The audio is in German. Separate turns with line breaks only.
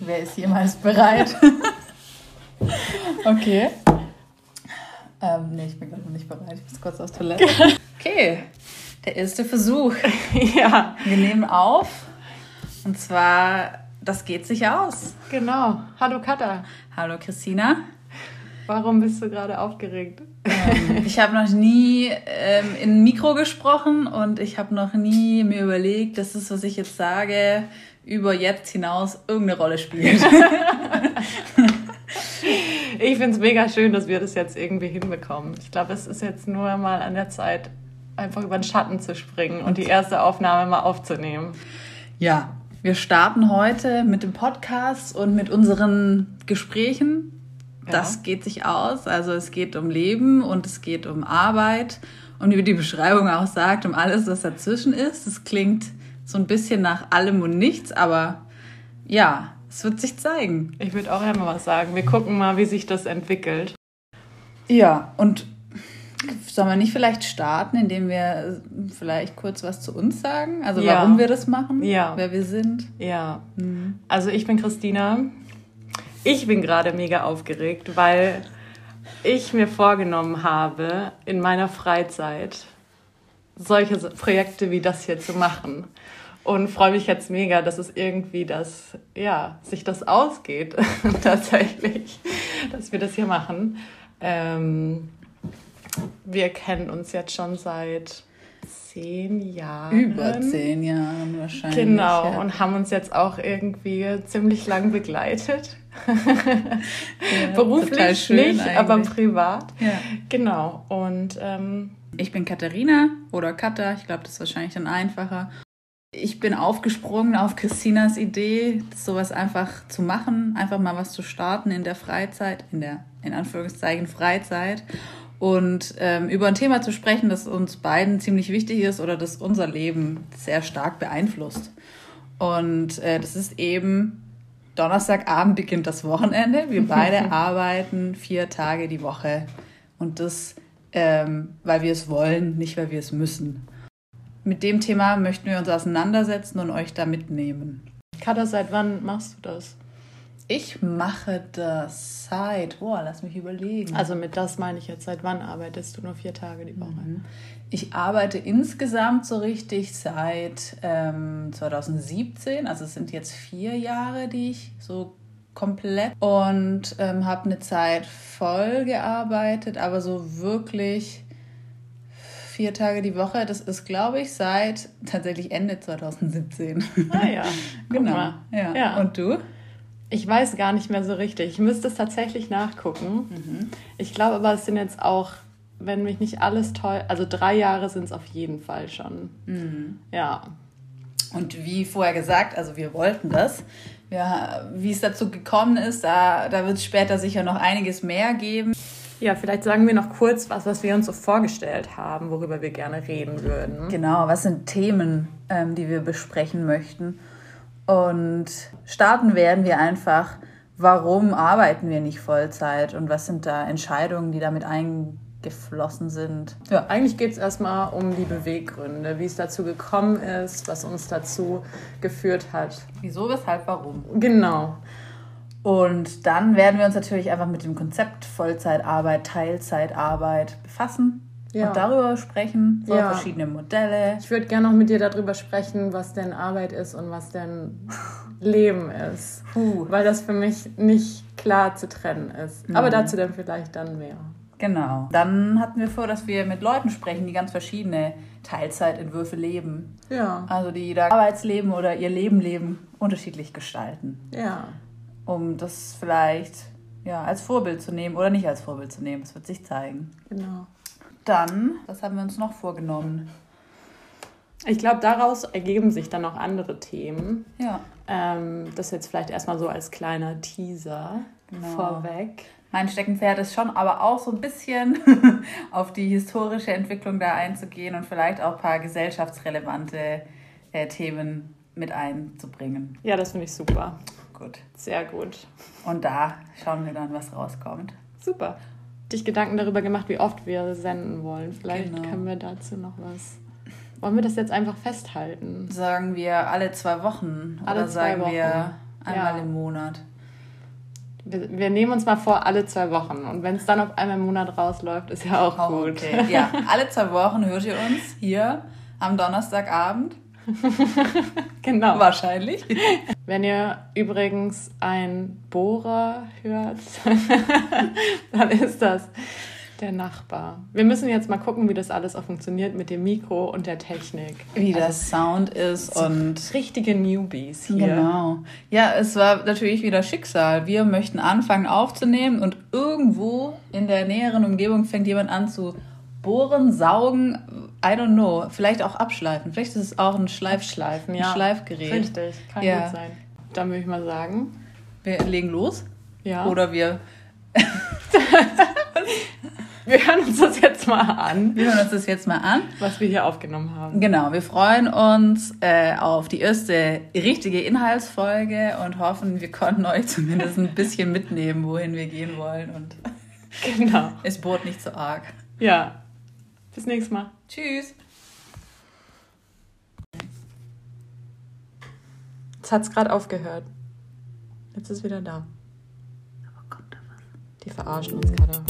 wer ist jemals bereit? okay. Ähm, nee, ich bin gerade noch nicht bereit. Ich muss kurz auf Toilette. Okay, der erste Versuch.
ja,
Wir nehmen auf. Und zwar, das geht sich aus.
genau. Hallo Katha,
Hallo Christina.
warum bist du gerade aufgeregt?
Ähm, ich habe noch nie ähm, in ein Mikro gesprochen und ich habe noch nie mir überlegt, dass das, was ich jetzt sage, über jetzt hinaus irgendeine Rolle spielt.
Ich finde es mega schön, dass wir das jetzt irgendwie hinbekommen. Ich glaube, es ist jetzt nur mal an der Zeit, einfach über den Schatten zu springen und die erste Aufnahme mal aufzunehmen.
Ja, wir starten heute mit dem Podcast und mit unseren Gesprächen.
Ja.
Das geht sich aus. Also es geht um Leben und es geht um Arbeit und wie die Beschreibung auch sagt, um alles, was dazwischen ist. Es klingt so ein bisschen nach allem und nichts, aber ja, es wird sich zeigen.
Ich würde auch einmal was sagen. Wir gucken mal, wie sich das entwickelt.
Ja, und sollen wir nicht vielleicht starten, indem wir vielleicht kurz was zu uns sagen? Also
Ja.
warum wir das machen,
Ja.
wer wir sind.
Ja, also ich bin Christina. Ich bin gerade mega aufgeregt, weil ich mir vorgenommen habe, in meiner Freizeit solche S- Projekte wie das hier zu machen. Und freue mich jetzt mega, dass es irgendwie das, ja, sich das ausgeht, tatsächlich, dass wir das hier machen. Ähm, wir kennen uns jetzt schon seit zehn Jahren.
Über zehn Jahren wahrscheinlich.
Genau,
ja.
und haben uns jetzt auch irgendwie ziemlich lang begleitet.
total
Beruflich
schön
nicht, aber
eigentlich.
privat.
Ja.
Genau, und ähm,
Ich bin Katharina oder Katha, ich glaube, das ist wahrscheinlich dann einfacher. Ich bin aufgesprungen auf Christinas Idee, sowas einfach zu machen, einfach mal was zu starten in der Freizeit, in der in Anführungszeichen Freizeit und ähm, über ein Thema zu sprechen, das uns beiden ziemlich wichtig ist oder das unser Leben sehr stark beeinflusst. Und äh, das ist eben Donnerstagabend beginnt das Wochenende. Wir beide arbeiten vier Tage die Woche. Und das, ähm, weil wir es wollen, nicht weil wir es müssen. Mit dem Thema möchten wir uns auseinandersetzen und euch da mitnehmen.
Katha, seit wann machst du das?
Ich mache das seit, boah, lass mich überlegen.
Also mit das meine ich jetzt, seit wann arbeitest du nur vier Tage die Woche?
Mhm. Ich arbeite insgesamt so richtig seit ähm, 2017, also es sind jetzt vier Jahre, die ich so komplett und ähm, habe eine Zeit voll gearbeitet, aber so wirklich vier Tage die Woche, das ist glaube ich seit tatsächlich Ende 2017.
Ah ja, guck mal.
Genau, Ja.
Ja.
Und du?
Ich weiß gar nicht mehr so richtig. Ich müsste es tatsächlich nachgucken.
Mhm.
Ich glaube aber, es sind jetzt auch, wenn mich nicht alles toll, also drei Jahre sind es auf jeden Fall schon.
Mhm.
Ja,
Und wie vorher gesagt, also wir wollten das. Ja, wie es dazu gekommen ist, da, da wird es später sicher noch einiges mehr geben.
Ja, vielleicht sagen wir noch kurz was, was wir uns so vorgestellt haben, worüber wir gerne reden würden.
Genau, was sind Themen, ähm, die wir besprechen möchten? Und starten werden wir einfach, warum arbeiten wir nicht Vollzeit und was sind da Entscheidungen, die damit eingeflossen sind? Ja.
Eigentlich geht es erstmal um die Beweggründe, wie es dazu gekommen ist, was uns dazu geführt hat.
Wieso, weshalb, warum?
Genau.
Und dann werden wir uns natürlich einfach mit dem Konzept Vollzeitarbeit, Teilzeitarbeit befassen
Ja.
und darüber sprechen, über
Ja.
verschiedene Modelle.
Ich würde gerne noch mit dir darüber sprechen, was denn Arbeit ist und was denn Leben ist.
Puh.
Weil das für mich nicht klar zu trennen ist. Aber dazu dann vielleicht dann mehr.
Genau. Dann hatten wir vor, dass wir mit Leuten sprechen, die ganz verschiedene Teilzeitentwürfe leben.
Ja,
Also die da Arbeitsleben oder ihr Leben leben unterschiedlich gestalten,
ja.
um das vielleicht ja, als Vorbild zu nehmen oder nicht als Vorbild zu nehmen. Das wird sich zeigen.
Genau.
Dann, was haben wir uns noch vorgenommen?
Ich glaube, daraus ergeben sich dann noch andere Themen.
Ja,
Ähm, das jetzt vielleicht erstmal so als kleiner Teaser
Genau.
vorweg.
mein Steckenpferd ist schon aber auch so ein bisschen auf die historische Entwicklung da einzugehen und vielleicht auch ein paar gesellschaftsrelevante äh, Themen mit einzubringen.
Ja, das finde ich super.
Gut.
Sehr gut.
Und da schauen wir dann, was rauskommt.
Super. Dich Gedanken darüber gemacht, wie oft wir senden wollen. Vielleicht
Genau.
können wir dazu noch was. Wollen wir das jetzt einfach festhalten?
Sagen wir alle zwei Wochen
Alle
oder
zwei
sagen wir Einmal
Ja.
im Monat.
Wir, wir nehmen uns mal vor, alle zwei Wochen. Und wenn es dann auf einmal im Monat rausläuft, ist ja auch
Oh,
gut.
okay. Ja, alle zwei Wochen hört ihr uns hier am Donnerstagabend.
Genau.
Wahrscheinlich.
Wenn ihr übrigens einen Bohrer hört, dann ist das der Nachbar. Wir müssen jetzt mal gucken, wie das alles auch funktioniert mit dem Mikro und der Technik. Also
Wie der Sound ist und
Richtige Newbies hier.
Genau. Ja, es war natürlich wieder Schicksal. Wir möchten anfangen aufzunehmen und irgendwo in der näheren Umgebung fängt jemand an zu bohren, saugen, I don't know, vielleicht auch abschleifen. Vielleicht ist es auch ein Schleifschleif,
Schleifen,
ein
ja.
Schleifgerät.
Richtig, kann
Ja.
gut sein. Dann würde ich mal sagen,
Wir legen los
ja.
oder wir,
wir hören uns das jetzt mal an,
wir hören uns das jetzt mal an.
was wir hier aufgenommen haben.
Genau, wir freuen uns äh, auf die erste richtige Inhaltsfolge und hoffen, wir konnten euch zumindest ein bisschen mitnehmen, wohin wir gehen wollen und
Genau.
es bohrt nicht so arg.
Ja. Bis nächstes Mal.
Tschüss.
Jetzt hat es gerade aufgehört. Jetzt ist wieder da. Die verarschen uns gerade.